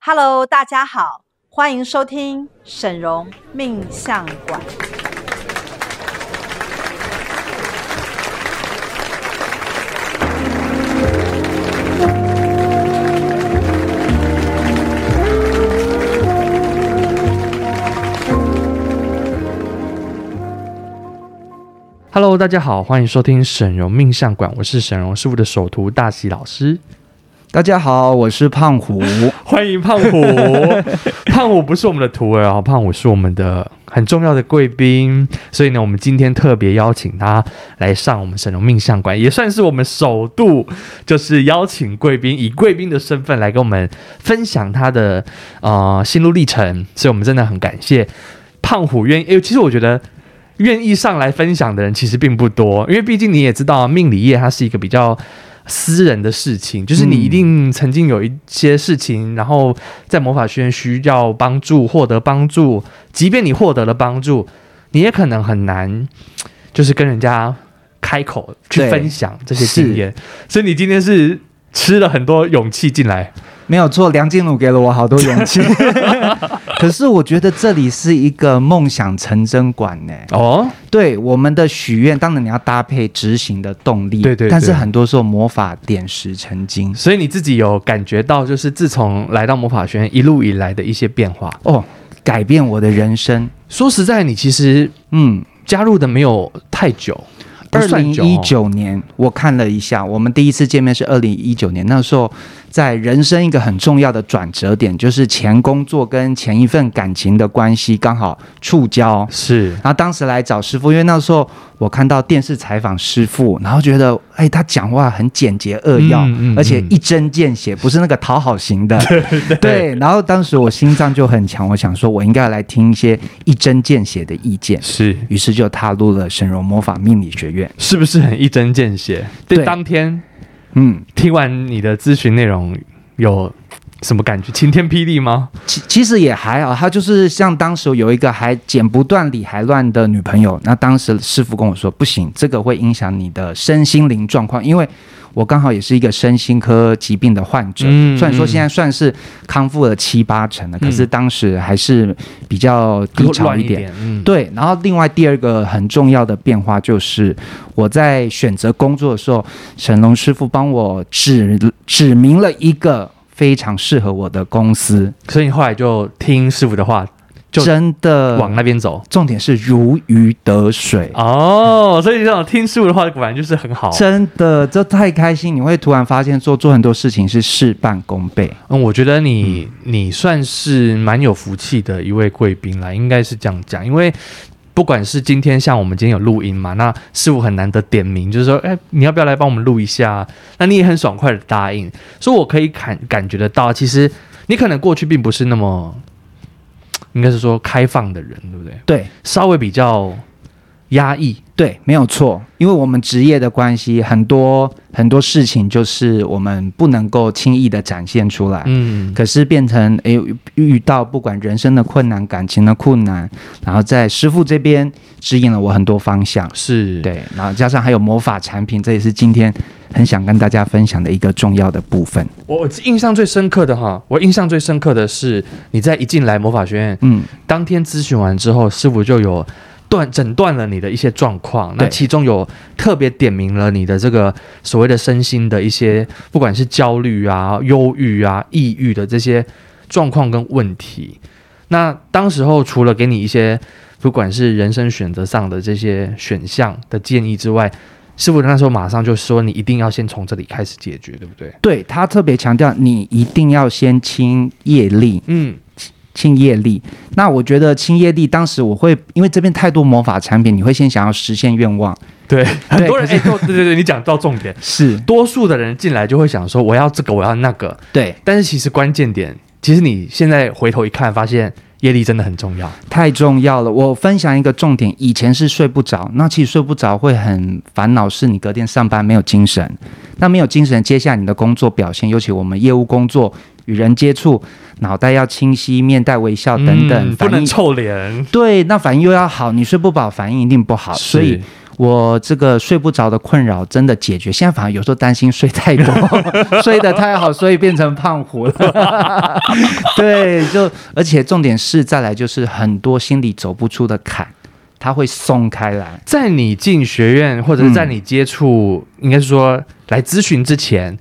Hello，大家好，欢迎收听沈荣命相馆。 Hello，大家好，欢迎收听沈荣命相馆，我是沈荣师傅的首徒大喜老师，大家好，我是胖虎。 欢迎胖虎。 胖虎不是我们的徒儿哦，胖虎是我们的很重要的贵宾，所以呢，我们今天特别邀请他来上我们沈荣命相馆，也算是我们首度就是邀请贵宾，以贵宾的身份来跟我们分享他的呃心路历程，所以我们真的很感谢胖虎愿意，诶其实我觉得。愿意上来分享的人其实并不多，因为毕竟你也知道，命理业它是一个比较私人的事情，就是你一定曾经有一些事情，然后在魔法学院需要帮助，获得帮助，即便你获得了帮助，你也可能很难，就是跟人家开口去对分享这些经验，所以你今天是吃了很多勇气进来，没有错，梁静茹给了我好多 勇气。 可是我觉得这里是一个梦想成真馆呢。哦，对我们的许愿，当然你要搭配执行的动力。对对对但是很多时候魔法点石成金。所以你自己有感觉到，就是自从来到魔法学院一路以来的一些变化。哦，改变我的人生。说实在，你其实嗯，加入的没有太久，不二算零久一哦九年我看了一下，我们第一次见面是二零一九年，那时候在人生一个很重要的转折点，就是前工作跟前一份感情的关系刚好触礁。是然后当时来找师傅，因为那时候我看到电视采访师傅，然后觉得，哎，他讲话很简洁扼要，嗯嗯嗯而且一针见血，不是那个讨好 型的。对然后当时我心脏就很强，我想说我应该来听一些一针见血的意见，是，于是就踏入了神容魔法命理学院。是不是很一针见血？对对，当天嗯，听完你的咨询内容有什么感觉？晴天霹雳吗？其其实也还好，他就是像当时有一个还剪不断理还乱的女朋友，那当时师傅跟我说不行，这个会影响你的身心灵状况，因为我刚好也是一个身心科疾病的患者，嗯虽然说现在算是康复了七八成了，可是当时还是比较低潮乱一一点。点，嗯，对，然后另外第二个很重要的变化就是，我在选择工作的时候，沈龙师傅帮我指指明了一个非常适合我的公司，所以你后来就听师傅的话，就真的往那边走。重点是如鱼得水，哦，所以这种听师傅的话，果然就是很好。真的这太开心，你会突然发现做做很多事情是事半功倍。嗯，我觉得你、你算是蛮有福气的一位贵宾啦，应该是这样讲，因为。不管是今天像我们今天有录音嘛，那师傅很难得点名，就是说，哎、你要不要来帮我们录一下？那你也很爽快的答应，所以我可以感感觉得到，其实你可能过去并不是那么，应该是说开放的人，对不对？对稍微比较压抑，对，没有错，因为我们职业的关系，很多很多事情就是我们不能够轻易的展现出来。嗯，可是变成诶，遇到不管人生的困难、感情的困难，然后在师傅这边指引了我很多方向，是，对，然后加上还有魔法产品，这也是今天很想跟大家分享的一个重要的部分。我我印象最深刻的哈，我印象最深刻的是你在一进来魔法学院嗯，当天咨询完之后，师傅就有断诊断了你的一些状况，那对其中有特别点明了你的这个所谓的身心的一些，不管是焦虑啊、忧郁啊、抑郁的这些状况跟问题。那当时候除了给你一些不管是人生选择上的这些选项的建议之外，师傅那时候马上就说你一定要先从这里开始解决，对不对？对他特别强调，你一定要先清业力，嗯，清业力。那我觉得清业力，当时我会因为这边太多魔法产品，你会先想要实现愿望，对，很多人可哎、对对对，你讲到重点，是多数的人进来就会想说我要这个，我要那个，对，但是其实关键点，其实你现在回头一看，发现业力真的很重要。太重要了。我分享一个重点，以前是睡不着，那其实睡不着会很烦恼，是你隔天上班没有精神，那没有精神，接下来你的工作表现，尤其我们业务工作。与人接触，脑袋要清晰，面带微笑等嗯等，不反能应臭脸。啊对，那反应又要好，你睡不饱，反应一定不好，所以我这个睡不着的困扰真的解决。现在反而有时候担心睡太多，睡得太好，所以变成胖虎了。对，就而且重点是，再来就是很多心里走不出的坎，它会松开来。在你进学院，或者是在你接触，应该是说来咨询之前，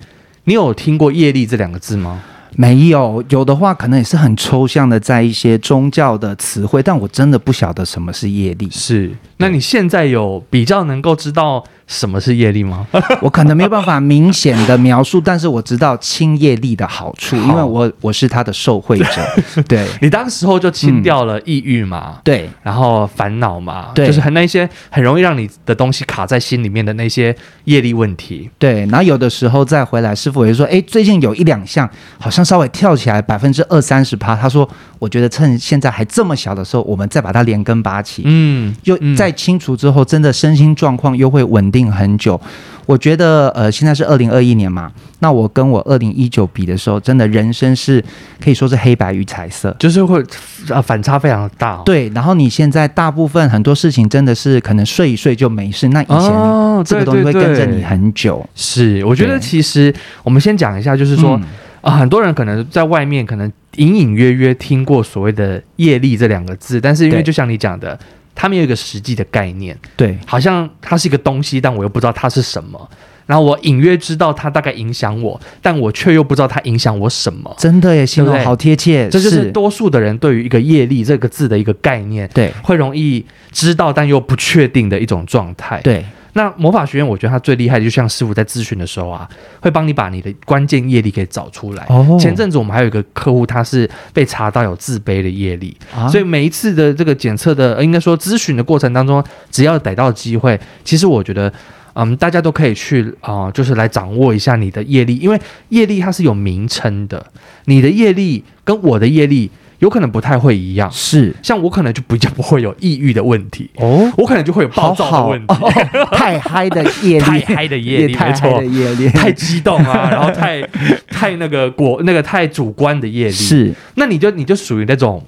你有听过业力这两个字吗？，没有，有的话可能也是很抽象的，在一些宗教的词汇，但我真的不晓得什么是业力 是。那你现在有比较能够知道什么是业力 吗？我可能没有办法明显的描述，但是我知道清业力的好处，因为我我是他的受惠者，对你当时候就清掉了抑郁嘛，对然后烦恼嘛，对就是很那些很容易让你的东西卡在心里面的那些业力问题。对，然后有的时候再回来，师傅也说，哎，最近有一两项好像稍微跳起来百分之二三十趴，他说，我觉得趁现在还这么小的时候，我们再把它连根拔起，嗯，又嗯在清除之后，真的身心状况又会稳定很久。我觉得，呃，现在是二零二一年嘛，那我跟我二零一九比的时候，真的人生是可以说是黑白与彩色。就是会啊反差非常大、哦。对，然后你现在大部分很多事情真的是可能睡一睡就没事，那以前哦，这对个东西会对跟对着你很久。是，我觉得对其实我们先讲一下，就是说、嗯啊，很多人可能在外面可能隐隐约约听过所谓的业力这两个字，但是因为对就像你讲的，他们有一个实际的概念，对好像它是一个东西，但我又不知道它是什么。然后我隐约知道它大概影响我，但我却又不知道它影响我什么。真的耶，形对容不对好贴切，这就是多数的人对于一个业力这个字的一个概念，对会容易知道但又不确定的一种状态。对那魔法学院，我觉得它最厉害，就像师傅在咨询的时候啊，会帮你把你的关键业力给找出来。哦前阵子我们还有一个客户，他是被查到有自卑的业力，啊所以每一次的这个检测的，呃应该说咨询的过程当中，只要逮到机会，其实我觉得。嗯，大家都可以去啊、呃就是来掌握一下你的业力，因为业力它是有名称的，你的业力跟我的业力有可能不太会一样。是像我可能就比较不会有抑郁的问题，哦，我可能就会有暴好躁的好问题。哦，太嗨的 业力，太嗨的业力，也太没嗨错的，业力， 太激动啊，然后太太那个果那个太主观的业力，，是那你就你就属于那种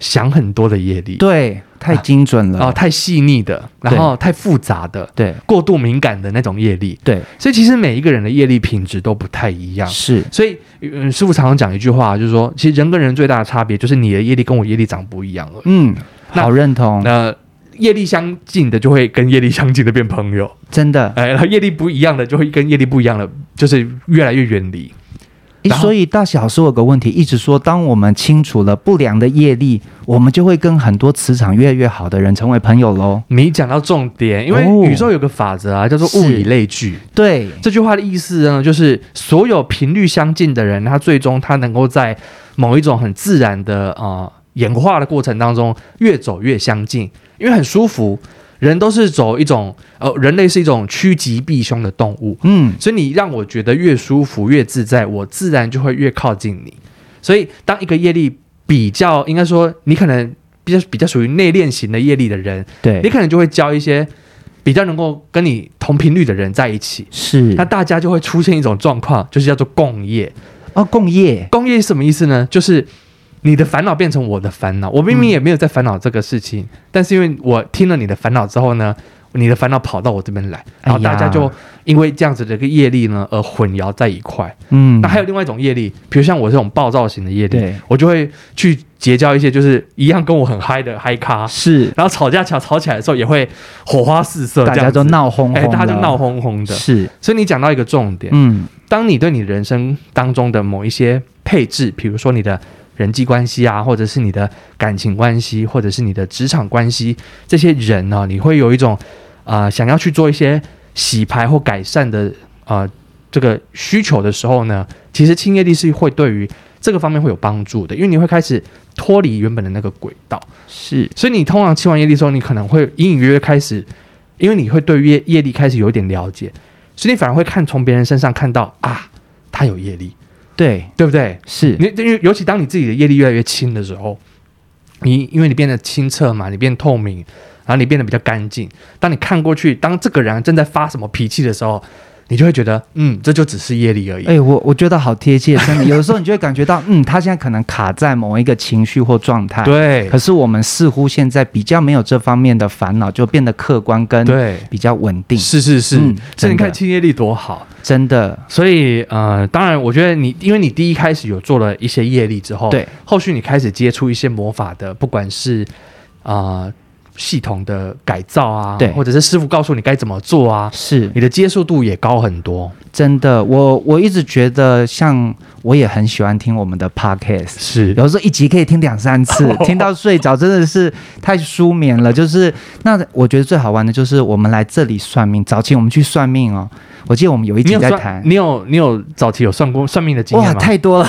想很多的业力，对，太精准了，啊、太细腻的，然后太复杂的，对过度敏感的那种业力，对所以其实每一个人的业力品质都不太一样。是，所以，嗯，师傅常常讲一句话，就是说，其实人跟人最大的差别就是你的业力跟我业力长不一样了。嗯，那好认同，那业力相近的就会跟业力相近的变朋友， 真的，哎，然后业力不一样的就会跟业力不一样的，就是越来越远离。诶然后所以大小是有个问题，一直说，当我们清除了不良的业力，我们就会跟很多磁场越来越好的人成为朋友喽。你讲到重点，因为哦宇宙有个法则啊，叫做是物以类聚。对，这句话的意思呢，就是所有频率相近的人，他最终他能够在某一种很自然的啊、呃演化的过程当中，越走越相近，因为很舒服。人都是走一种呃，人类是一种趋吉避凶的动物，嗯，所以你让我觉得越舒服、越自在，我自然就会越靠近你。所以，当一个业力比较，应该说你可能比较比较属于内敛型的业力的人，你对，可能就会交一些比较能够跟你同频率的人在一起。是那大家就会出现一种状况，就是叫做共业。哦，共业，共业是什么意思呢？就是你的烦恼变成我的烦恼。我明明也没有在烦恼这个事情，嗯但是因为我听了你的烦恼之后呢，你的烦恼跑到我这边来，然后哎呀大家就因为这样子的一个业力呢，而混淆在一块。嗯，那还有另外一种业力，比如像我这种暴躁型的业力对，我就会去结交一些就是一样跟我很嗨的嗨咖，是然后吵架吵吵起来的时候也会火花四射，大呃这家样子都，闹哄哎，哄，大家就闹哄哄的。是，所以你讲到一个重点，嗯，当你对你人生当中的某一些配置，比如说你的人际关系啊，或者是你的感情关系，或者是你的职场关系，这些人呢、你会有一种啊、呃想要去做一些洗牌或改善的啊、呃这个需求的时候呢，其实清业力是会对于这个方面会有帮助的，因为你会开始脱离原本的那个轨道。是，所以你通常清完业力之后，你可能会隐隐约约开始，因为你会对业业力开始有一点了解，所以你反而会看从别人身上看到啊，他有业力，对，对不对？是，你因为尤其当你自己的业力越来越轻的时候，你因为你变得清澈嘛，你变透明，然后你变得比较干净。当你看过去，当这个人正在发什么脾气的时候，你就会觉得，嗯，这就只是业力而已。哎、我我觉得好贴切，真的。有的时候你就会感觉到， 嗯，他现在可能卡在某一个情绪或状态。。对可是我们似乎现在比较没有这方面的烦恼，就变得客观跟对，比较稳定。是是是嗯，这、真的你看清业力多好。真的，所以呃，当然，我觉得你因为你第一开始有做了一些业力之后，对，后续你开始接触一些魔法的，不管是啊、呃系统的改造啊，对或者是师傅告诉你该怎么做啊，是你的接受度也高很多。真的。我我一直觉得，像我也很喜欢听我们的 podcast，是有时候一集可以听两 三次，听到睡着，真的是太舒眠了。就是那我觉得最好玩的就是我们来这里算命，早期我们去算命哦，我记得我们有一你集有在谈算，。你有你有早期有算过算命的经哇，验吗？太多了！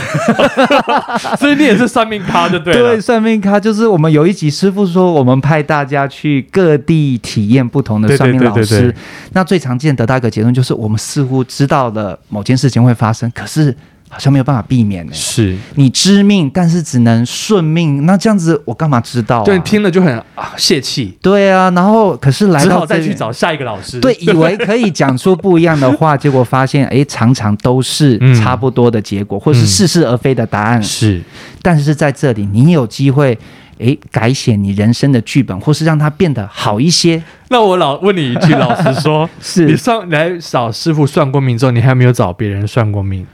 所以你也是算命咖，就 对啊了。算命咖就是我们有一集师傅说，我们派大家去各地体验不同的对对算命对老对师。对那最常见得到一个结论就是，我们似乎知道了某件事情会发生，可是好像没有办法避免呢、是，你知命，但是只能顺命，那这样子我干嘛知道、啊？对，听了就很啊泄气，对啊，然后可是来只到好再这去边找下一个老师。对，以为可以讲出不一样的话，结果 发现诶，常常都是嗯差不多的结果，或是嗯似是而非的答案。是但是在这里，你有机会诶，改写你人生的剧本，或是让它变得好一些。那我老问你一句，老实说，你 是上来找师傅算过命之后，你还没有找别人算过命，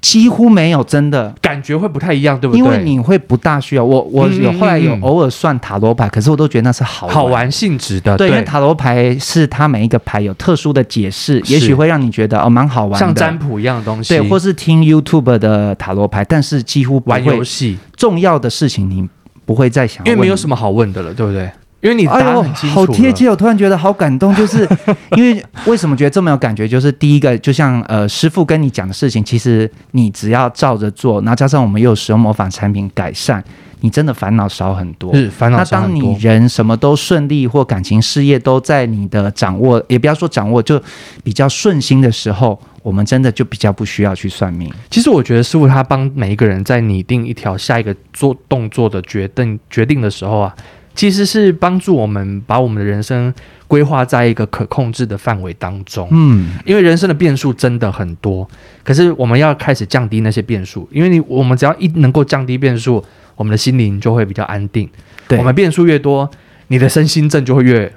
几乎没有真的。感觉会不太一样，对不对？因为你会不大需要我，我嗯有后来有嗯嗯偶尔算塔罗牌，可是我都觉得那是好好玩性质的，对，因为塔罗牌是它每一个牌有特殊的解释，是也许会让你觉得哦蛮好玩的，像占卜一样的东西，对，或是听 YouTube 的塔罗牌，但是几乎不玩会游戏，重要的事情，你不会再想，因为没有么。什么好问的了，对不对？因为你答哎呦案很清，楚好了，贴切！我突然觉得好感动，就是 因为为什么觉得这么有感觉？就是第一个，就像呃师傅跟你讲的事情，其实你只要照着做，然后加上我们又有使用模仿产品改善，你真的烦恼少很多。是烦恼那上当很你多。人什么都顺利，或感情事业都在你的掌握，也不要说掌握，就比较顺心的时候，我们真的就比较不需要去算命。其实我觉得师傅他帮每一个人在拟定一条下一个做动作的决定决定的时候啊，其实是帮助我们把我们的人生规划在一个可控制的范围当中。嗯，因为人生的变数真的很多，可是我们要开始降低那些变数，因为你我们只要一能够降低变数，我们的心灵就会比较安定。对，我们变数越多，你的身心症就会越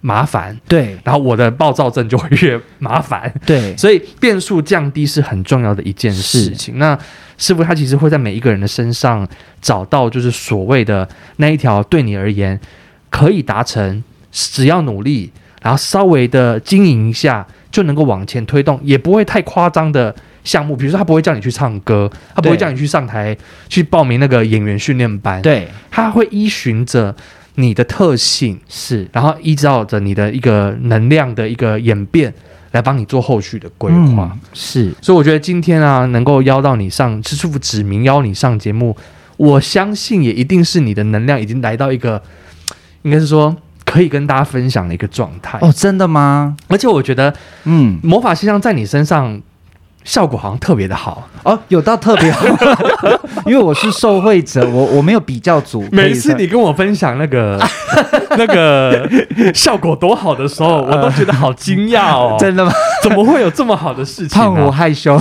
麻烦，对然后我的暴躁症就会越麻烦。对所以变数降低是很重要的一件事情。那师傅他其实会在每一个人的身上找到，就是所谓的那一条对你而言可以达成，只要努力，然后稍微的经营一下，就能够往前推动，也不会太夸张的项目。比如说，他不会叫你去唱歌，他不会对叫你去上台去报名那个演员训练班，对他会依循着你的特性。是。然后依照着你的一个能量的一个演变，来帮你做后续的规划。嗯、是所以我觉得今天啊，能够邀到你上，是师傅指名邀你上节目，我相信也一定是你的能量已经来到一个，应该是说可以跟大家分享的一个状态。哦，真的吗？而且我觉得嗯，魔法现象在你身上效果好像特别的好，哦，有到特别好， 因为我是受惠者，我我没有比较组。每次可以你跟我分享那 个那个效果多好的时候，我都觉得好惊讶 哦说。真的吗？怎么会有这么好的事情、啊？胖虎害羞。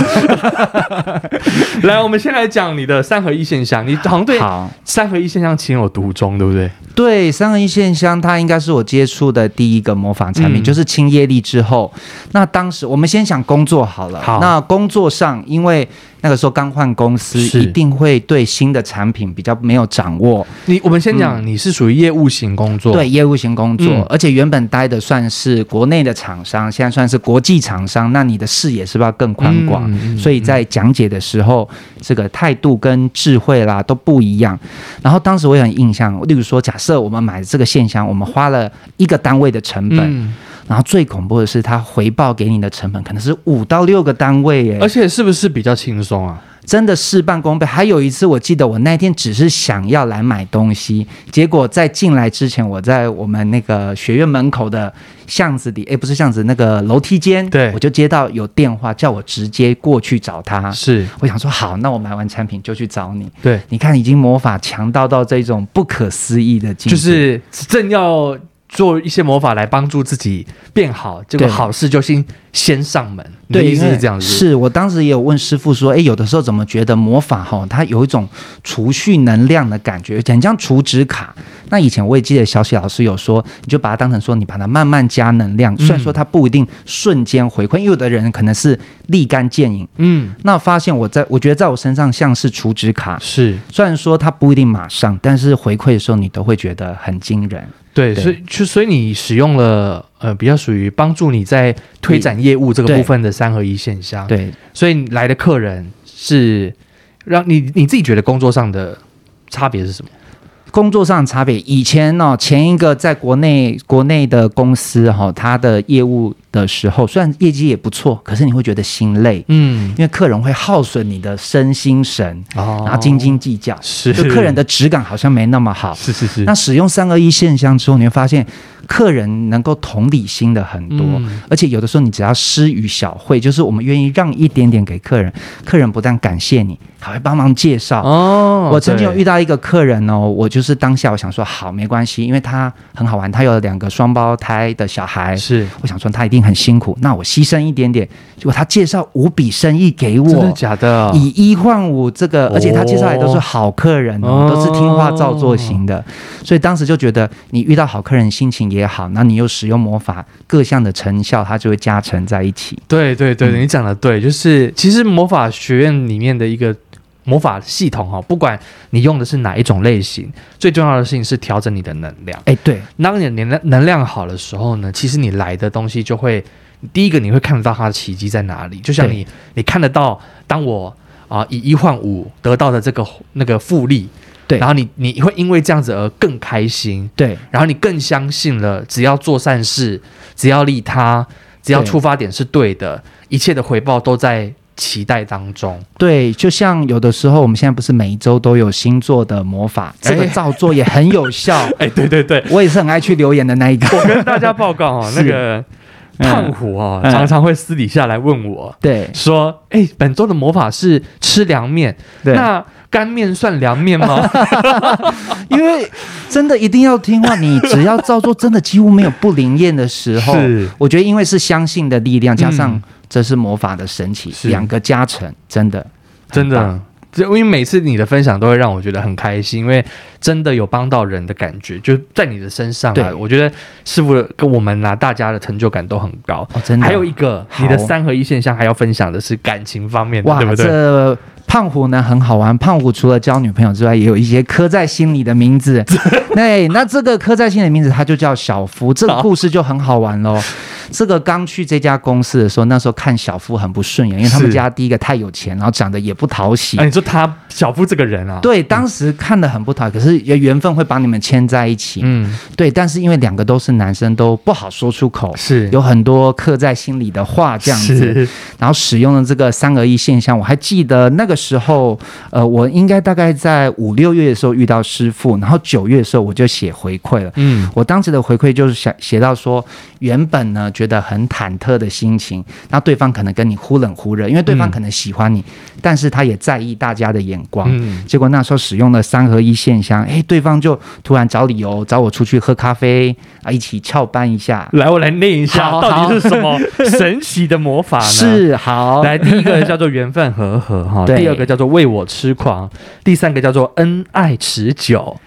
来，我们先来讲你的三合一现象。你好像对好，三合一现象情有独钟，对不对？对三合一线香，它应该是我接触的第一个模仿产嗯品，就是清业力之后。那当时我们先想工作好了。好那工作上，因为那个时候刚换公司，是一定会对新的产品比较没有掌握。你我们先讲，你是属于业务型工作，对业务型工作，嗯而且原本待的算是国内的厂商，现在算是国际厂商，那你的视野是不是要更宽广？嗯嗯所以在讲解的时候，这个态度跟智慧啦都不一样。然后当时我也很印象，例如说，假设我们买这个线香，我们花了一个单位的成本，嗯，然后最恐怖的是，它回报给你的成本可能是五到六个单位耶，而且是不是比较轻松啊？真的事半功倍。还有一次，我记得我那天只是想要来买东西，结果在进来之前，我在我们那个学院门口的巷子里，诶，不是巷子，那个楼梯间，对我就接到有电话叫我直接过去找他。是我想说好，那我买完产品就去找你。对，你看，已经魔法强到到这种不可思议的境界，就是正要做一些魔法来帮助自己变好，这个对好事就先先上门。你的对，意思因为是这样子？是我当时也有问师傅说，哎，有的时候怎么觉得魔法哈、它有一种储蓄能量的感觉，很像储值卡。那以前我也记得小雪老师有说，你就把它当成说，你把它慢慢加能量，虽然嗯说它不一定瞬间回馈，因为有的人可能是立竿见影。嗯，那发现我在我觉得在我身上像是储值卡，是虽然说它不一定马上，但是回馈的时候你都会觉得很惊人。对，对所以就所以你使用了呃比较属于帮助你在推展业务这个对部分的三合一现象。，对，所以你来的客人是让你你自己觉得工作上的差别是什么？工作上的差别，以前呢、前一个在国内国内的公司哈、它的业务的时候，虽然业绩也不错，可是你会觉得心累，嗯，因为客人会耗损你的身心神，哦然后斤斤计较，是就客人的质感好像没那么好。是是是，那使用三二一现象之后，你会发现客人能够同理心的很多，嗯而且有的时候你只要施予小惠，就是我们愿意让一点点给客人，客人不但感谢你，还会帮忙介绍。哦我曾经有遇到到一个客人哦，我就是当下我想说好没关系，因为他很好玩，他有两个双胞胎的小孩，是我想说他一定很辛苦，那我牺牲一点点，结果他介绍五笔生意给真的我。假的？哦以一换五，这个，而且他介绍来都是好客人哦，哦都是听话照做型的，所以当时就觉得你遇到好客人心情也好，那你又使用魔法，各项的成效它就会加成在一起。对对对，嗯你讲的对，就是其实魔法学院里面的一个魔法系统哈、哦，不管你用的是哪一种类型，最重要的事情是调整你的能量。哎，对，当你能量能量好的时候呢，其实你来的东西就会，第一个你会看得到它的奇迹在哪里，就像对你你看得到，当我啊、以一换五得到的这个那个复利，对然后你你会因为这样子而更开心，对，然后你更相信了，只要做善事，只要利他，只要对出发点是对的，一切的回报都在期待当中。对，就像有的时候，我们现在不是每一周都有星座的魔法，这个哎照做也很有效。 哎，对对对，我也是很爱去留言的那一个。我 跟大家报告 哦，那个嗯胖虎哦，嗯常常会私底下来问我。对说，哎、本周的魔法是吃凉面，对，那干面算凉面 吗？因为真的一定要听话，你只要照做，真的几乎没有不灵验的时候是。我觉得因为是相信的力量，加上嗯这是魔法的神奇，是两个加成，真的真很棒的，就因为每次你的分享都会让我觉得很开心，因为真的有帮到人的感觉，就在你的身上、啊。对我觉得师傅跟我们拿、大家的成就感都很高。哦，真的。还有一个，好你的三合一现象还要分享的是感情方面的，哇，对不对？这胖虎呢很好玩。胖虎除了交女朋友之外，也有一些刻在心里的 名字。对，那这个刻在心里的名字，他就叫小 夫。这个故事就很好玩喽。这个刚去这家公司的时候，那时候看小夫很不顺眼，因为他们是家第一个太有钱，然后长得也不讨喜啊，。你说他小夫这个人啊，，对，当时看的很不讨喜，可是也缘分会把你们牵在一起。嗯，对，但是因为两个都是男生，都不好说出口，是有很多刻在心里的话这样子。是然后使用了这个三合一现象，我还记得那个时候，呃，我应该大概在五六月的时候遇到师傅，然后九月的时候我就写回馈了。嗯，我当时的回馈就是想写到说，原本呢觉得很忐忑的心情，那对方可能跟你忽冷忽热，因为对方嗯可能喜欢你，但是他也在意大家的眼光。嗯结果那时候使用了三合一现象，诶，对方就突然找理由找我出去喝咖啡啊，一起翘班一下。来，我来念一下，好到好底是什么神奇的魔 法呢？是好，来，第一个叫做缘分和合哈，对第二个叫做为我痴狂，第三个叫做恩爱持久。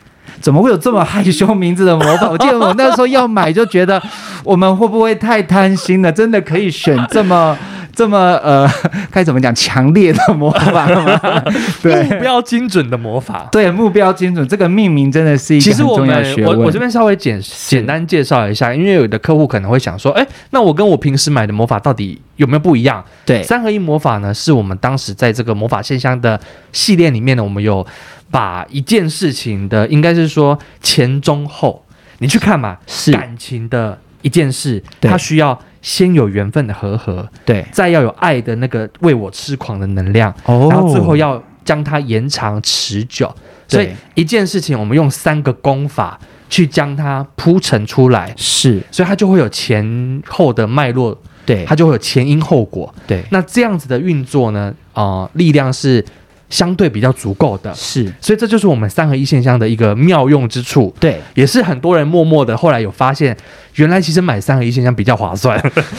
怎么会有这么害羞名字的魔法？我记得我那时候要买就觉得，我们会不会太贪心了？真的可以选这么 这么呃， 该怎么讲强烈的魔法吗？ 目对标精准的魔法。对，目标精准，这个命名真的是一其个实很我重要的们学我问。我这边稍微简简单介绍一下，因为有的客户可能会想说，哎，那我跟我平时买的魔法到底有没有不一样？对三合一魔法呢，是我们当时在这个魔法现象的系列里面呢，我们有把一件事情的，应该是说前中后，你去看嘛，是感情的一件事，对它需要先有缘分的和合，对再要有爱的那个为我痴狂的能量，哦然后最后要将它延长持久。所对以一件事情，我们用三个功法去将它铺陈出来，是所以它就会有前后的脉络，对它就会有前因后果。对那这样子的运作呢，呃，力量是相对比较足够的。是所以这就是我们三合一现象的一个妙用之处。对也是很多人默默的，后来有发现，原来其实买三合一现象比较划算。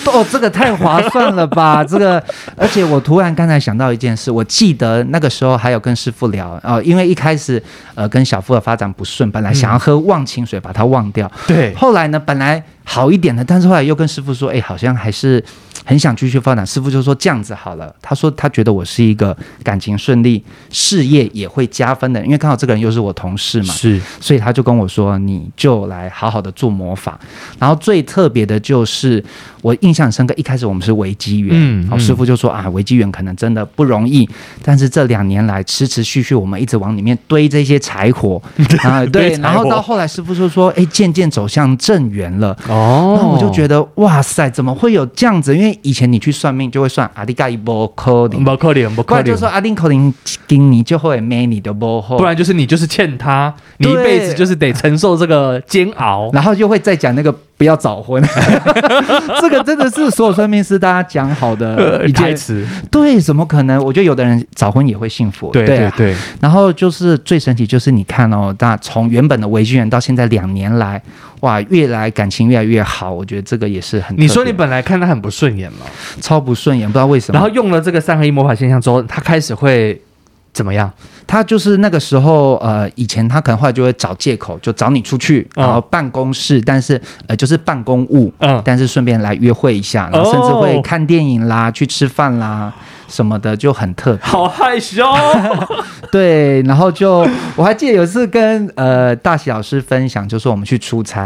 哦，这个太划算了吧！这个，而且我突然刚才想到一件事，我记得那个时候还有跟师傅聊，呃，因为一开始呃跟小夫的发展不顺，本来想要喝忘情水把它忘掉， 对后来呢，本来好一点的，但是后来又跟师傅说，哎，好像还是很想继续发展。师傅就说这样子好了，他说他觉得我是一个感情顺利、事业也会加分的，因为刚好这个人又是我同事嘛，是所以他就跟我说，你就来好好的做魔法。然后最特别的就是，我印象很深刻，一开始我们是维基员，嗯好、嗯师傅就说啊，维基员可能真的不容易，但是这两年来持持续续，我们一直往里面堆这些柴 火啊，对堆，柴火然后到后来师傅就说，哎，渐渐走向正缘了。 哦那我就觉得，哇塞，怎么会有这样子？因为以前你去算命就会算啊阿迪嘎一波扣零，不可怜，不不可然就说啊怜。阿丁扣零金你就会没你的波后，不然就是你就是欠他，你一对辈子就是得承受这个煎 熬。然后就会再讲那个不要早婚， 这个真的是所有算命师大家讲好的 呃一台件。词，对，怎么可能？我觉得有的人早婚也会幸福。对啊对对，然后就是最神奇，就是你看哦，那从原本的维基人到现在两年来，哇，越来感情越来越好，我觉得这个也是很特别。你说你本来看他很不顺眼嘛，超不顺眼，不知道为什么。然后用了这个三合一魔法现象之后，他开始会怎么样？他就是那个时候，呃，以前他可能后来就会找借口，就找你出去，嗯然后办公室，但是呃，就是办公务，嗯但是顺便来约会一下，然后甚至会看电影啦、去吃饭啦什么的，就很特别。好害羞， 对，然后就我还记得有一次跟呃大喜老师分享，就说我们去出差，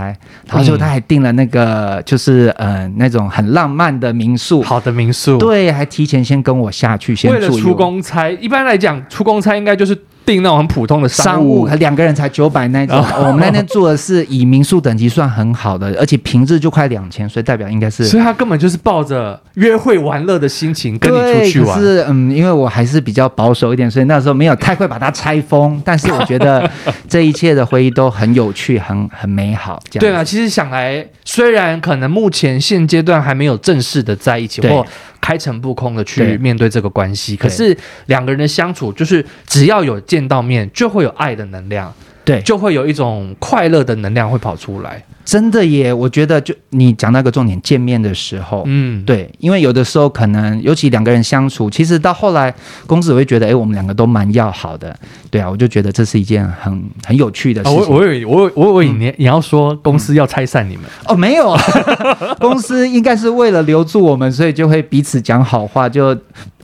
然后嗯就他还订了那个就是呃那种很浪漫的民 宿，好的民宿，对，还提前先跟我下去先为了住一出晚公差，一般来讲，出公差应该就是订那种很普通的商务哦务，两个人才九百那一种。我们那天住的是以民宿等级算很好的，而且平日就快两千，所以代表应该是所以他根本就是抱着约会玩乐的心情跟你出对去可玩。是嗯，因为我还是比较保守一点，所以那时候没有太快把它拆封。但是我 觉得这一切的回忆都很有趣，很很美好。这样对啊，，其实想来，虽然可能目前现阶段还没有正式的在一起对或开诚布公的去对面对这个关系，可对是两个人的相处，就是只要有见到面，就会有爱的能量，对，就就会有一种快乐的能量会跑出来。真的耶，我觉得就你讲到一个重点，见面的时候，嗯，，对，因为有的时候可能，尤其两个人相处，其实到后来，公子会觉得，哎，我们两个都蛮要好的，对啊，我就觉得这是一件很很有趣的事哦、情。我我以为我我以为你、你要说公司要拆散你们，哦没有啊， 公司应该是为了留住我们，所以就会彼此讲好话，就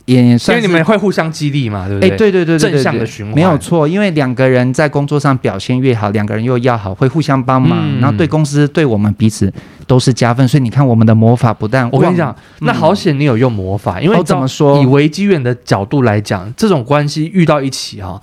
也因算为是你们会互相激励嘛，对不哎，对？对对对对对，正向对的循环没有错。因为两个人在工作上表现越好，两个人又要好，会互相帮忙，嗯然后对公司、对我们彼此都是加分。所以你看，我们的魔法不但我跟你忘讲，，那好险你有用魔法，因为哦你知道怎么说以维基远的角度来讲，这种关系遇到一起哈、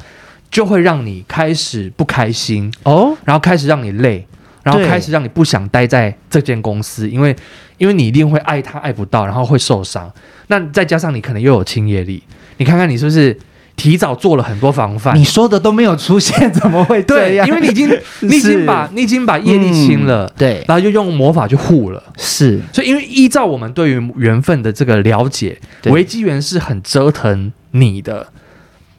就会让你开始不开心，哦，然后开始让你累，然后对开始让你不想待在这间公司，因为因为你一定会爱他爱不到，然后会受伤。那再加上你可能又有清业力，你看看你是不是提早做了很多防范你？说的都没有出现，怎么会这对，样？因为你已经 你已经把你已经把业力清了，嗯对，然后就用魔法去护了。是所以，因为依照我们对于缘分的这个了解，对维基缘是很折腾你的，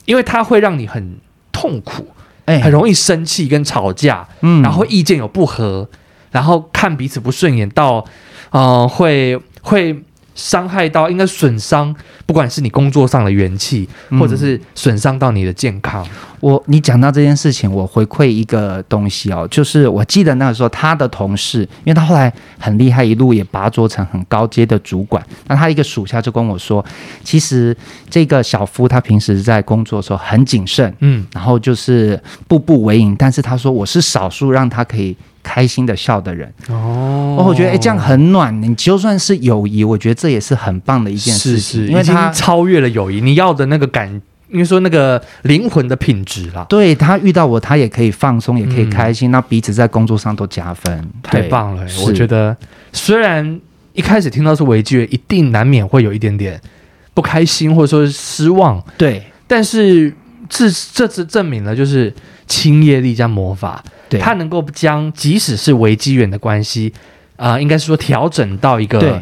因为它会让你很痛苦，哎很容易生气跟吵架，嗯然后意见有不合，然后看彼此不顺眼到，呃，会会伤害到，应该损伤，不管是你工作上的元气，嗯或者是损伤到你的健康。我你讲到这件事情，我回馈一个东西哦，就是我记得那个时候他的同事，因为他后来很厉害，一路也拔擢成很高阶的主管。那他一个属下就跟我说，其实这个小夫他平时在工作的时候很谨慎，嗯，然后就是步步为营，但是他说我是少数让他可以开心的笑的人。哦哦，我觉得哎、这样很暖。你就算是友谊，我觉得这也是很棒的一件事是情，是，因为已经他超越了友谊，你要的那个感，应该说那个灵魂的品质啦。对他遇到我，他也可以放松，也可以嗯开心，那、彼此在工作上都加分，太对棒了、是我觉得虽然一开始听到是维基，一定难免会有一点点不开心或者说是失望，对但是这这次证明了就是清业力加魔法，对，它能够将即使是维基源的关系。啊、应该是说调整到一个对。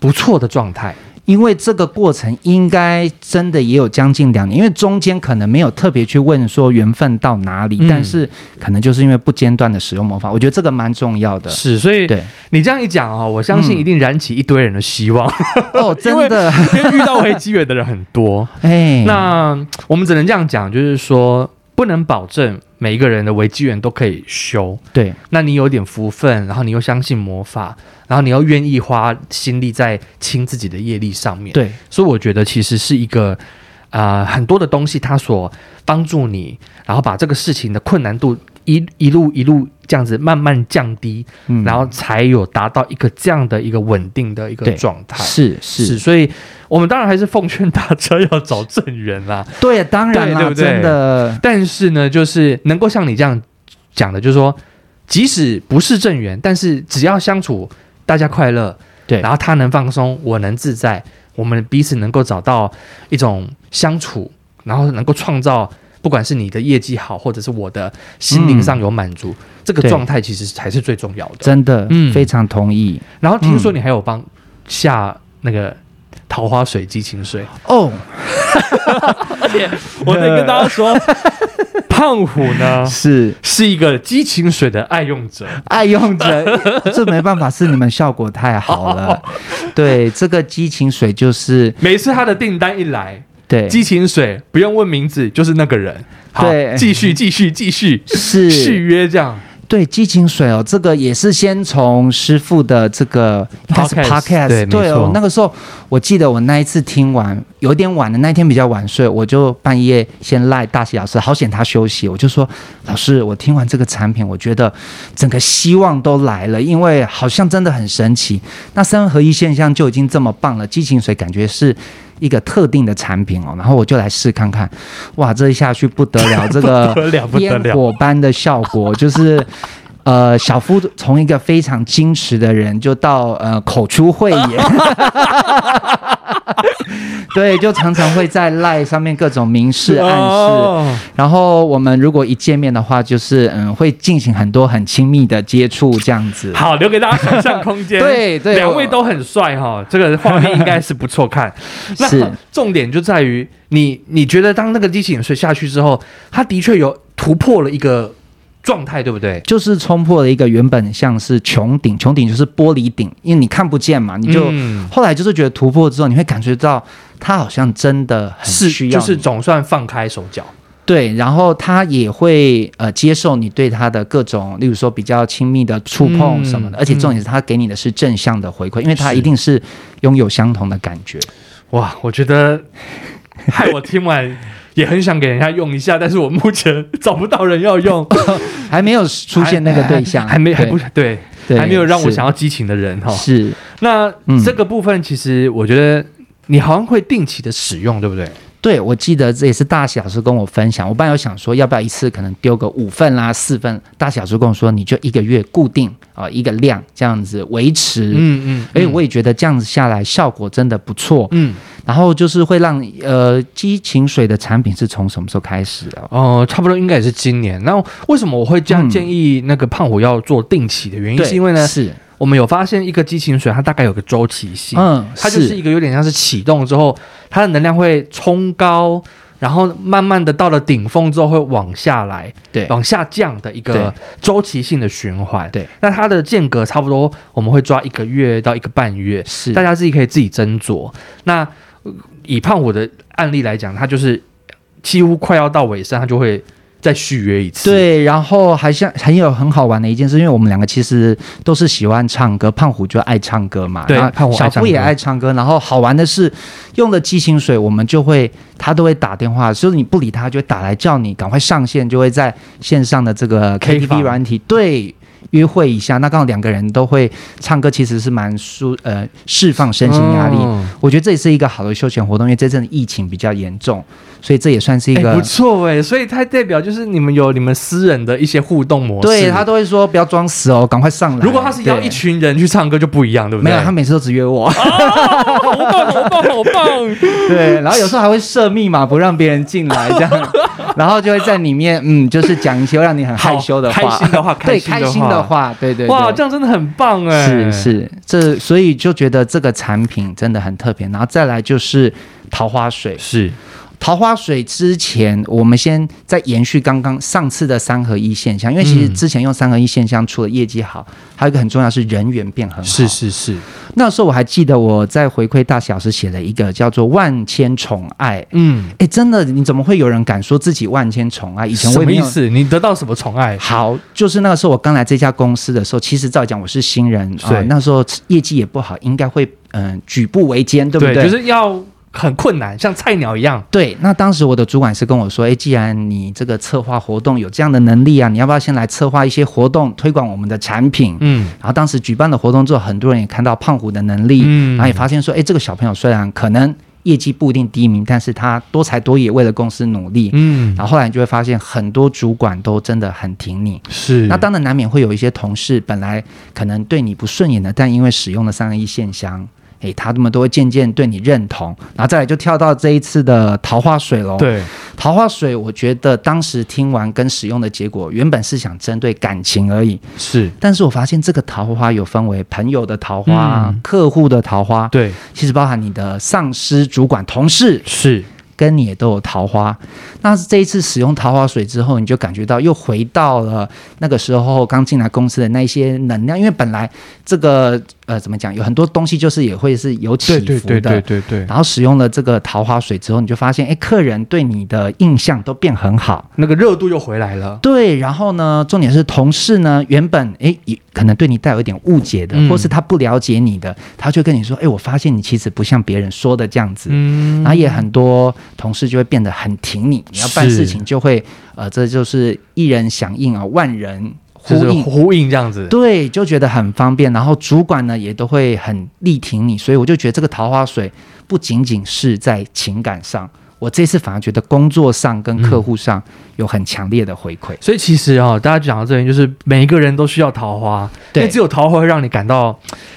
不错的状态，因为这个过程应该真的也有将近两年，因为中间可能没有特别去问说缘分到哪里，嗯但是可能就是因为不间断的使用魔法，我觉得这个蛮重要的。是，所以对，你这样一讲哦，我相信嗯一定燃起一堆人的希 望，哦， 因为真的， 因为遇到危机源的人很多。哎，那我们只能这样讲，就是说不能保证每一个人的危机源都可以修。对，那你有点福分，然后你又相信魔法，然后你又愿意花心力在清自己的业力上面。，对，所以我觉得其实是一个。啊、很多的东西它所帮助你，然后把这个事情的困难度一一路一路这样子慢慢降低，嗯然后才有达到一个这样的一个稳定的一个对状态。是是，所以我们当然还是奉劝大家要找正缘啦。对，当然对啦，对不对真的，但是呢，就是能够像你这样讲的，就是说，即使不是正缘，但是只要相处，大家快乐，对然后他能放松，我能自在，我们彼此能够找到一种相处，然后能够创造。不管是你的业绩好，或者是我的心灵上有满足，这个对状态其实才是最重要的。真的，嗯非常同意。然后听说你还有帮下那个桃花水激情水，哦，我得跟大家说，胖虎呢 是是一个激情水的爱用者，爱用 者，这没办法，是你们效果太好了。哦对，这个激情水就是每次他的订单一来，对，激情水不用问名字就是那个人，好对，继续继续继续是续约这样，对激情水哦，这个也是先从师傅的这个应该是 Podcast， podcast，对没错哦，那个时候我记得我那一次听完有点晚了，那一天比较晚睡，我就半夜先赖大喜老师，好险他休息，我就说老师，我听完这个产品，我觉得整个希望都来了，因为好像真的很神奇，那三合一现象就已经这么棒了，激情水感觉是。一个特定的产品哦，然后我就来试看看，哇，这一下去不得 了，这个不得了不得了烟火般的效果，就是。呃，小夫从一个非常矜持的人，就到呃口出秽言， 对，就常常会在赖上面各种明示暗示。哦然后我们如果一见面的话，就是嗯会进行很多很亲密的接触，这样子。好，留给大家想象空间。 对对两位都很帅哈，这个画面应该是不错看。 那是重点就在于你，你觉得当那个激情水下去之后，它的确有突破了一个状态，对不对？就是冲破了一个原本像是穹顶，穹顶就是玻璃顶，因为你看不见嘛，你就、嗯后来就是觉得突破之后，你会感觉到它好像真的很是需要就你，是总算放开手脚，对，然后他也会呃接受你对他的各种，例如说比较亲密的触碰什么嗯的，而且重点是他给你的是正向的回馈，因为他一定是拥有相同的感觉。哇！我觉得害我听完也很想给人家用一下，但是我目前找不到人要用，还没有 出现那个对象，还 还没还对不对，对还没有让我是想要激情的人哈。是那嗯这个部分其实我觉得你好像会定期的使用，对不对？对，我记得这也是大喜老师跟我分享，我本来有想说要不要一次可能丢个五份啦、四份，大喜老师跟我说你就一个月固定啊、呃一个量这样子维持。嗯哎，我也觉得这样子下来效果真的不错，嗯然后就是会让呃激情水的产品是从什么时候开始的？哦、差不多应该也是今年。那为什么我会这样建议那个胖虎要做定期的原因，嗯对，是因为呢，是我们有发现一个激情水，它大概有个周期性，嗯，它就是一个有点像是启动之后，它的能量会冲高，然后慢慢的到了顶峰之后会往下来，对往下降的一个周期性的循环。对，那它的间隔差不多，我们会抓一个月到一个半月，是大家自己可以自己斟酌。那呃以胖虎的案例来讲，他就是几乎快要到尾声，他就会再续约一次。，对，然后还像很有很好玩的一件事，因为我们两个其实都是喜欢唱歌，胖虎就爱唱歌嘛，对然后胖虎爱小唱夫也歌爱唱歌。然后好玩的是，用了激情水，我们就会他都会打电话，就是你不理他，就会打来叫你赶快上线，就会在线上的这个 K 房 KTV 软体对。约会一下，那刚好两个人都会唱歌，其实是蛮舒呃释放身心压力。嗯我觉得这也是一个好的休闲活动，因为这阵疫情比较严重，所以这也算是一哎个、不错哎、所以它代表就是你们有你们私人的一些互动模式。对他都会说不要装死哦，赶快上来。哦如果他是要对一群人去唱歌就不一样，对不没对？有，他每次都只约我。 好 棒，好棒，好棒！ 对，然后有时候还会设密码不让别人进来，这样然后就会在里面，嗯，就是讲一些让你很害羞的好开话，心的 话对，开心的话开心的话，对对对哇，这样真的很棒哎！是，是，这所以就觉得这个产品真的很特别。然后再来就是桃花水，是桃花水之前，我们先再延续刚刚上次的三合一现象，因为其实嗯之前用三合一现象，除了业绩好，还有一个很重要是人缘变很好。是是是，那时候我还记得我在回馈大小时写了一个叫做“万千宠爱”。嗯，哎，真的，你怎么会有人敢说自己万千宠爱？以前什我也么没意有。思？你得到什么宠爱？好，就是那个时候我刚来这家公司的时候，其实照理讲我是新人啊、对那时候业绩也不好，应该会嗯、举步维艰，对不对？就是要很困难，像菜鸟一样。对，那当时我的主管是跟我说，哎，既然你这个策划活动有这样的能力啊，你要不要先来策划一些活动，推广我们的产品？嗯然后当时举办的活动之后，很多人也看到胖虎的能力，嗯然后也发现说，哎，这个小朋友虽然可能业绩不一定第一名，但是他多才多艺，为了公司努力。嗯，然后后来你就会发现，很多主管都真的很挺你。是那当然难免会有一些同事本来可能对你不顺眼的，但因为使用了三合一线香，诶，他们都会渐渐对你认同，然后再来就跳到这一次的桃花水喽。，对桃花水，我觉得当时听完跟使用的结果，原本是想针对感情而已，是，但是我发现这个桃花有分为朋友的桃花、嗯客户的桃花，对其实包含你的上司、主管、同事，是，跟你也都有桃花。那这一次使用桃花水之后，你就感觉到又回到了那个时候刚进来公司的那一些能量，因为本来这个呃怎么讲，有很多东西就是也会是有起伏对的。对对对对对，然后使用了这个桃花水之后，你就发现，哎，客人对你的印象都变很好。那个热度又回来了。对，然后呢，重点是同事呢，原本哎也可能对你带有一点误解的，嗯或是他不了解你的，他就跟你说，哎，我发现你其实不像别人说的这样子。嗯然后也很多同事就会变得很挺你，你要办是事情就会呃，这就是一人响应啊，万人呼就是应，呼应这样子。对，就觉得很方便。然后主管呢也都会很力挺你，所以我就觉得这个桃花水不仅仅是在情感上，我这次反而觉得工作上跟客户上有很强烈的回馈。所以其实哦，大家讲到这边，就是每一个人都需要桃花，因为对只有桃花会让你感到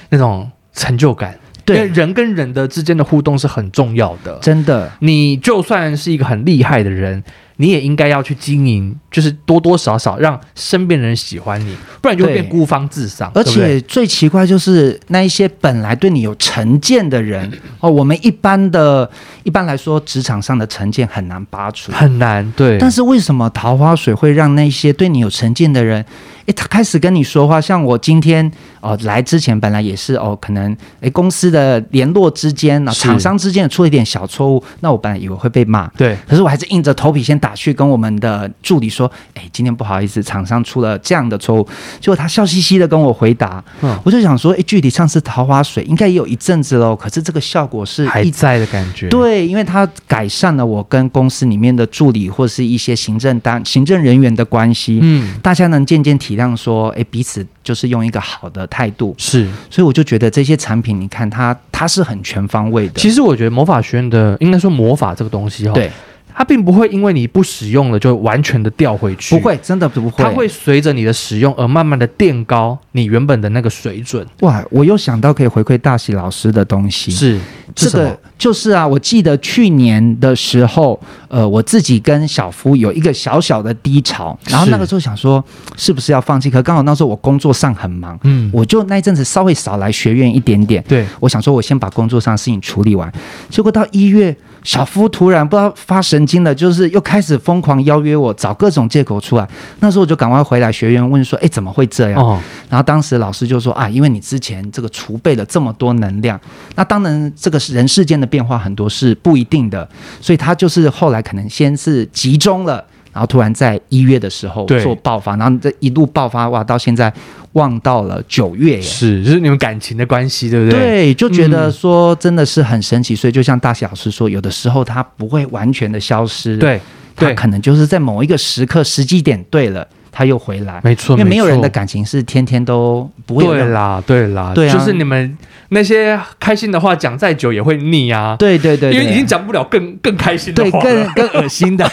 那种成就感。因为对，人跟人的之间的互动是很重要的。真的你就算是一个很厉害的人，你也应该要去经营，就是多多少少让身边的人喜欢你，不然你就会对变孤芳自赏。而对不对且最奇怪就是那一些本来对你有成见 的人哦，我们一般的一般来说，职场上的成见很难拔除。很难，对，但是是为什么桃花水会让那些对你有成见的人，诶，他开始跟你说话？像我今天哦、来之前，本来也是哦，可能诶公司的联络之间啊，是厂商之间出了一点小错误，那我本来以为会被骂，对，可是我还是硬着头皮先打去跟我们的助理说，哎，今天不好意思，厂商出了这样的错误。结果他笑嘻嘻的跟我回答，嗯我就想说，哎，距离上次桃花水应该也有一阵子喽，可是这个效果是还一在的感觉，，对，因为它改善了我跟公司里面的助理或是一些行政单行政人员的关系，嗯，大家能渐渐体谅说，哎，彼此就是用一个好的态度。是。所以我就觉得这些产品，你看它它是很全方位的。其实我觉得魔法学院的，应该说魔法这个东西哈、哦，对，它并不会因为你不使用了就完全的掉回去，不，会，真的不会。它会随着你的使用而慢慢的垫高你原本的那个水准，哇！我又想到可以回馈大喜老师的东西。是这什么个就是啊，我记得去年的时候，呃，我自己跟小夫有一个小小的低潮，然后是那个时候想说，是不是要放弃？可刚好那时候我工作上很忙，嗯，我就那一阵子稍微少来学院一点点。对，我想说，我先把工作上的事情处理完。结果到一月，小夫突然不知道发神经了，就是又开始疯狂邀约我，找各种借口出来。那时候我就赶快回来学院问说：“哎，怎么会这样？”哦，然后当时老师就说啊，因为你之前这个储备了这么多能量，那当然这个是人世间的变化很多是不一定的，所以他就是后来可能先是集中了。然后突然在一月的时候对做爆发，然后这一路爆发哇，到现在望到了九月耶，是，就是你们感情的关系，对不对？对，就觉得说真的是很神奇。所以就像大喜老师说，有的时候它不会完全的消失，，对它对可能就是在某一个时刻时机点对了，它又回来，没错，因为没有人错的感情是天天都不会有对任何啦，对啦，对啊就是你们那些开心的话讲再久也会腻啊，对对对，因为对已经讲不了更更开心的对话了更，更恶 心的，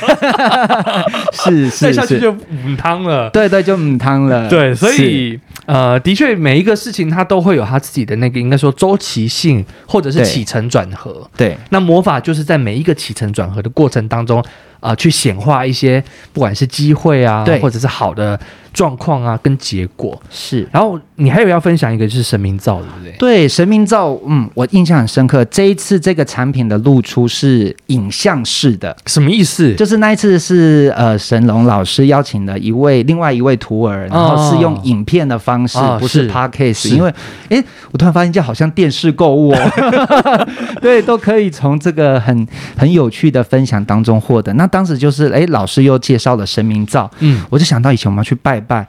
是再 是下去是，就母汤了。对对就母汤了。对，所是以呃，的确，每一个事情它都会有它自己的那个，应该说周期性或者是对起承转合。对那魔法就是在每一个起承转合的过程当中，呃去显化一些不管是机会啊对，或者是好的状况啊跟结果。是。然后你还有要分享一个就是神明造，对不对？对神明照，嗯，我印象很深刻。这一次这个产品的露出是影像式的，什么意思？就是那一次是呃神龙老师邀请了一位另外一位徒儿，然后是用影片的方式，哦不是是 podcast，是因为诶，我突然发现这好像电视购物哦， 对，都可以从这个很很有趣的分享当中获得。那当时就是诶，老师又介绍了神明照，嗯，我就想到以前我们要去拜拜。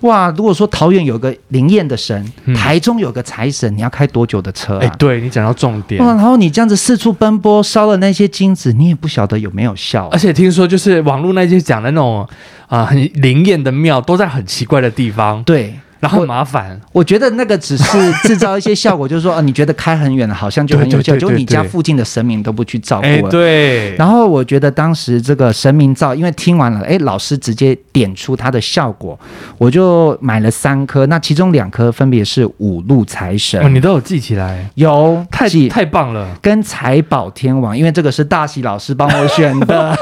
哇！如果说桃园有个灵验的神，嗯台中有个财神，你要开多久的车、啊？哎、对你讲到重点哇，，然后你这样子四处奔波，烧了那些金子，你也不晓得有没有效啊而。且听说就是网络那些讲的那种啊、很灵验的庙，都在很奇怪的地方，对，然后很麻烦。我觉得那个 只是制造一些效果，就是说，啊，你觉得开很远好像就很有效，对对对就对你家对附近的神明都不去照顾哎、了。对，然后我觉得当时这个神明照，因为听完了，哎，老师直接点出它的效果，我就买了三颗，那其中两颗分别是五路财神，哦，你都有记起来，有太记太棒 了！跟财宝天王，因为这个是大喜老师帮我选 的，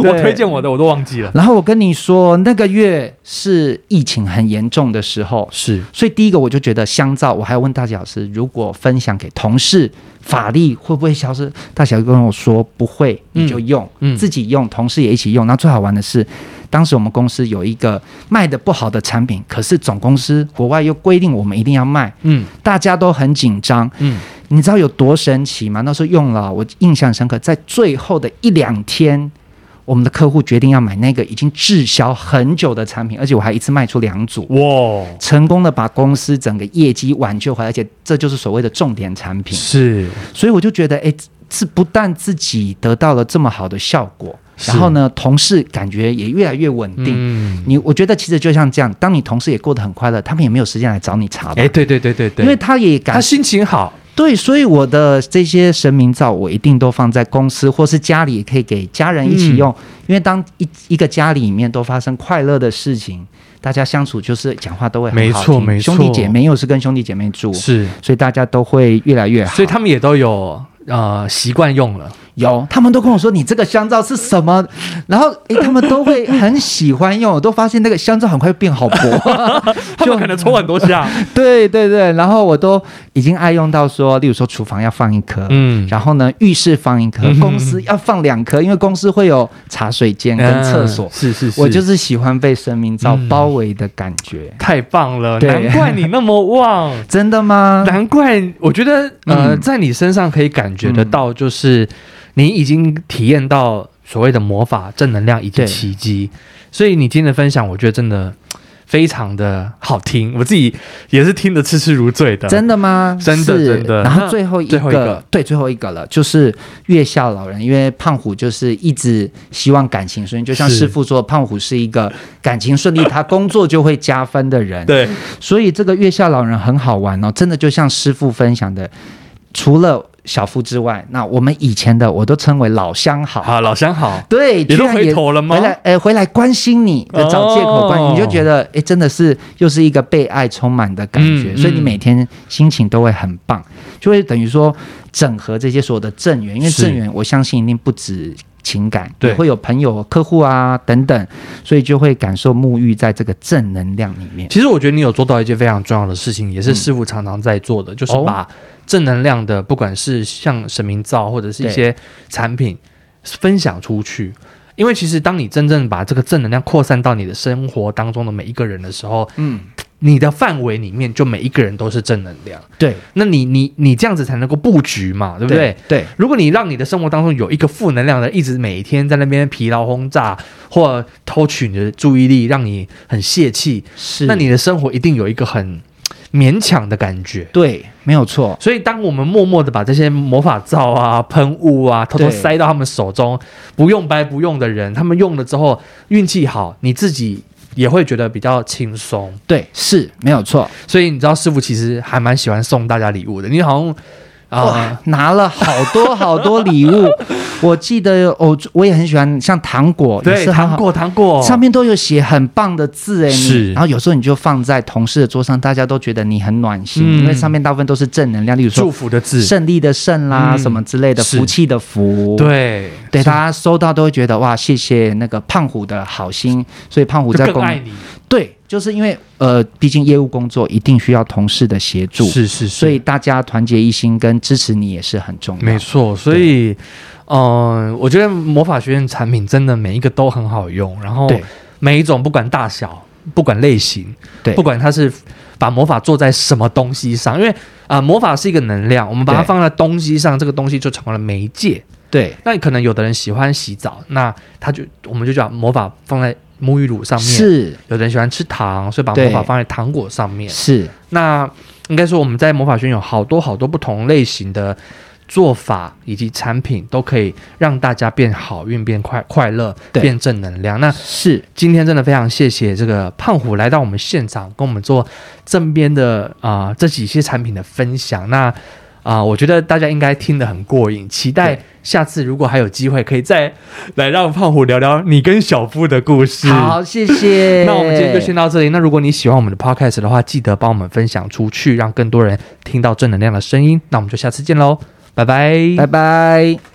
对我推荐我的我都忘记了，然后我跟你说，那个月是疫情很严重的时候，是所以第一个我就觉得香皂，我还要问大姐老师，如果分享给同事，法力会不会消失？大姐跟我说不会，嗯你就用，嗯自己用，同事也一起用。那最好玩的是，当时我们公司有一个卖的不好的产品，可是总公司国外又规定我们一定要卖，嗯大家都很紧张。嗯，你知道有多神奇吗？那时候用了，我印象深刻，在最后的一两天。我们的客户决定要买那个已经滞销很久的产品，而且我还一次卖出两组。哇，成功的把公司整个业绩挽救回来，而且这就是所谓的重点产品。是所以我就觉得，哎，是不但自己得到了这么好的效果，是然后呢，同事感觉也越来越稳定。嗯，你我觉得其实就像这样，当你同事也过得很快乐，他们也没有时间来找你查吧，哎、对对对对对，因为他也感他心情好，对，所以我的这些神明照，我一定都放在公司或是家里，也可以给家人一起用。嗯因为当一一个家里面都发生快乐的事情，大家相处就是讲话都会很没好错听没兄弟错姐妹又是跟兄弟姐妹住，是，所以大家都会越来越好。所以他们也都有呃习惯用了，有，他们都跟我说你这个香皂是什么，然后诶，他们都会很喜欢用，我都发现那个香皂很快变好 薄。 他们可能抽很多下，对对对，然后我都已经爱用到说，例如说厨房要放一颗，嗯，然后呢，浴室放一颗嗯，哼公司要放两颗，因为公司会有茶水间 跟厕所。嗯是是是，我就是喜欢被生命照嗯包围的感觉。太棒了，对难怪你那么 旺。真的吗？难怪，我觉得呃，嗯在你身上可以感觉得到，就是你已经体验到所谓的魔法、正能量以及对奇迹。所以你今天的分享，我觉得真的非常的好听，我自己也是听得痴痴如醉的。真的吗？真的是真的然后那最后一最后一个个，对，最后一个了，就是月下老人，因为胖虎就是一直希望感情顺利，就像是师傅说，胖虎是一个感情顺利，他工作就会加分的人。对，所以这个月下老人很好玩哦，真的就像师傅分享的，除了小夫之外，那我们以前的我都称为老相好。好，老乡好，对，你居都然回也头了吗回？来，呃，回来关心你，呃找借口关心，哦你就觉得，哎，真的是又是一个被爱充满的感觉，嗯所以你嗯每天心情都会很棒，就会等于说整合这些所有的正缘，因为是正缘我相信一定不止情感，对也会有朋友、客户啊等等，所以就会感受沐浴在这个正能量里面。其实我觉得你有做到一件非常重要的事情，也是师傅常常在做的，就是嗯哦把正能量的，不管是像神明皂或者是一对些产品分享出去。因为其实当你真正把这个正能量扩散到你的生活当中的每一个人的时候，嗯，你的范围里面就每一个人都是正能量。对，那你你你这样子才能够布局嘛，对不对？？对，如果你让你的生活当中有一个负能量的，一直每天在那边疲劳轰炸或偷取你的注意力，让你很泄气，是。那你的生活一定有一个很勉强的感觉。对，没有错，所以，当我们默默的把这些魔法皂啊、喷雾啊，偷偷对塞到他们手中，不用白不用的人，他们用了之后运气好，你自己也会觉得比较轻松。对，是没有错。所以，你知道师傅其实还蛮喜欢送大家礼物的。你好像哇，啊拿了好多好多 礼物。我记得哦，我也很喜欢像糖果，也对，是很好糖果糖果上面都有写很棒的字哎，你是然后有时候你就放在同事的桌上，大家都觉得你很暖心，嗯因为上面大部分都是正能量，例如祝说福的字，胜利的胜啦、嗯什么之类的，是福气的福。。对对，是大家收到都会觉得哇，谢谢那个胖虎的好心，所以胖虎就在更工爱你，对，就是因为呃，毕竟业务工作一定需要同事的协助，是是，所以大家团结一心跟支持你也是很重要。没错，所以。嗯，我觉得魔法学院产品真的每一个都很好用，然后对每一种不管大小，不管类型，对不管它是把魔法做在什么东西上，因为啊、魔法是一个能量，我们把它对放在东西上，这个东西就成为了媒介。对，那可能有的人喜欢洗澡，那他就我们就把魔法放在沐浴乳上面；是有的人喜欢吃糖，所以把对魔法放在糖果上面。是，那应该说我们在魔法学院有好多好多不同类型的做法以及产品，都可以让大家变好运、变快快乐、对变正能量。那是今天真的非常谢谢这个胖虎来到我们现场，跟我们做正边的啊、这几些产品的分享。那啊、我觉得大家应该听得很过瘾，期待对下次如果还有机会，可以再来让胖虎聊聊你跟小夫的故事。好，谢谢。 那我们今天就先到这里。那如果你喜欢我们的 podcast 的话，记得帮我们分享出去，让更多人听到正能量的声音。那我们就下次见喽，拜拜，拜拜。